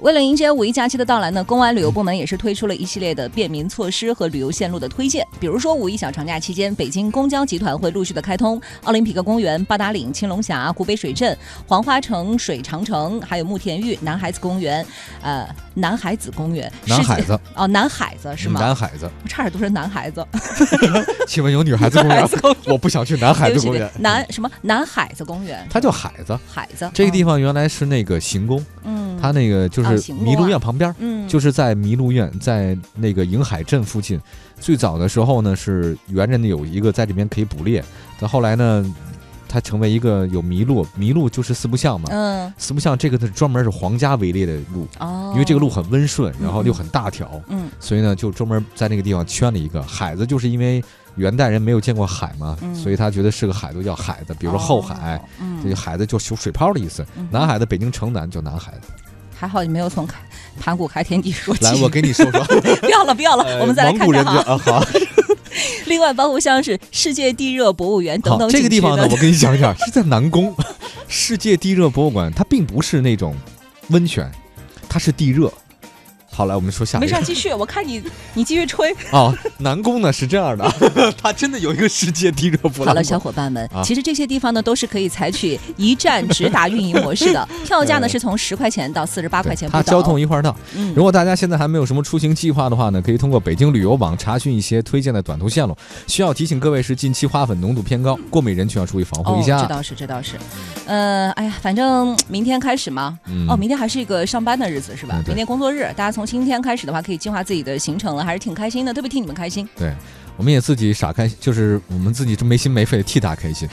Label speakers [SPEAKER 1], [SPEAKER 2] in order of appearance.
[SPEAKER 1] 为了迎接五一假期的到来呢，公安旅游部门也是推出了一系列的便民措施和旅游线路的推荐。比如说，五一小长假期间，北京公交集团会陆续的开通奥林匹克公园、八达岭、青龙峡、湖北水镇、黄花城、水长城，还有慕田峪、南海子公园，呃，南海子公园，
[SPEAKER 2] 男
[SPEAKER 1] 世界
[SPEAKER 2] 孩子
[SPEAKER 1] 哦，南海子 是吗？
[SPEAKER 2] 男孩子，
[SPEAKER 1] 我差点读成男孩子，
[SPEAKER 2] 请问有女孩子 公园？我不想去男孩
[SPEAKER 1] 对不
[SPEAKER 2] 子
[SPEAKER 1] 起
[SPEAKER 2] 公园，，
[SPEAKER 1] 南什么南海子公园，
[SPEAKER 2] 它叫海子。
[SPEAKER 1] 海子
[SPEAKER 2] 这个地
[SPEAKER 1] 方，
[SPEAKER 2] 方原来是那个行宫，
[SPEAKER 1] 嗯，
[SPEAKER 2] 它那个就
[SPEAKER 1] 啊
[SPEAKER 2] 是
[SPEAKER 1] 行宫
[SPEAKER 2] 麋鹿
[SPEAKER 1] 啊
[SPEAKER 2] 苑旁边儿，
[SPEAKER 1] 嗯
[SPEAKER 2] 就是在麋鹿苑，在那个瀛海镇附近。最早的时候呢，是猿人有一个在这边可以捕猎，但后来呢，它成为一个有麋鹿，麋鹿就是四不像嘛。
[SPEAKER 1] 嗯
[SPEAKER 2] 四不像这个是专门是皇家围猎的鹿，
[SPEAKER 1] 哦，
[SPEAKER 2] 因为这个鹿很温顺，然后又
[SPEAKER 1] 嗯
[SPEAKER 2] 很大条，
[SPEAKER 1] 嗯
[SPEAKER 2] 所以呢，就专门在那个地方圈了一个海子，就是因为元代人没有见过海嘛，
[SPEAKER 1] 嗯
[SPEAKER 2] 所以他觉得是个海都叫海子，比如说后海，
[SPEAKER 1] 哦，嗯
[SPEAKER 2] 这个海子就是水泡的意思。
[SPEAKER 1] 嗯
[SPEAKER 2] 南海的北京城南叫南海子。
[SPEAKER 1] 还好你没有从开盘古开天地说起。
[SPEAKER 2] 来，我给你说说，
[SPEAKER 1] 不要了，不要了，我们再来
[SPEAKER 2] 呃蒙
[SPEAKER 1] 看
[SPEAKER 2] 古人
[SPEAKER 1] 看
[SPEAKER 2] 家
[SPEAKER 1] 哈。
[SPEAKER 2] 啊，好，
[SPEAKER 1] 另外，包括像是世界地热博物园 等
[SPEAKER 2] 好，
[SPEAKER 1] 等
[SPEAKER 2] 这个
[SPEAKER 1] 景
[SPEAKER 2] 地
[SPEAKER 1] 区
[SPEAKER 2] 方呢
[SPEAKER 1] 的，
[SPEAKER 2] 我跟你讲 一下，是在南宫，世界地热博物馆，它并不是那种温泉，它是地热。好，来我们说下一
[SPEAKER 1] 没事
[SPEAKER 2] 个
[SPEAKER 1] 儿，。继续。我看你， 你继续吹。
[SPEAKER 2] 哦，南宫呢是这样的， 它真的有一个世界地热博
[SPEAKER 1] 好
[SPEAKER 2] 览
[SPEAKER 1] 了，
[SPEAKER 2] 馆。
[SPEAKER 1] 小伙伴们
[SPEAKER 2] 啊，
[SPEAKER 1] 其实这些地方呢都是可以采取一站直达运营模 式的，票价呢
[SPEAKER 2] 呃
[SPEAKER 1] 是从十块钱到四十八
[SPEAKER 2] 对
[SPEAKER 1] 块钱不
[SPEAKER 2] 它
[SPEAKER 1] 等。
[SPEAKER 2] 交通一块儿到。
[SPEAKER 1] 嗯，
[SPEAKER 2] 如果大家现在还没有什么出行计划的话呢，可以通过北京旅游网查询一些推荐的短途线路。需要提醒各位是近期花粉浓度偏高，过敏人群要注意防护一
[SPEAKER 1] 嗯哦，
[SPEAKER 2] 下
[SPEAKER 1] 这。倒是，这倒是。呃，哎呀，反正明天开始嘛，
[SPEAKER 2] 嗯
[SPEAKER 1] 哦，明天还是一个上班的日子是吧
[SPEAKER 2] 对？对
[SPEAKER 1] 明天工作日，大家从今天开始的话，可以计划自己的行程了，还是挺开心的，特别替你们开心。
[SPEAKER 2] 我们也自己傻开，就是我们自己这没心没肺地替他开心。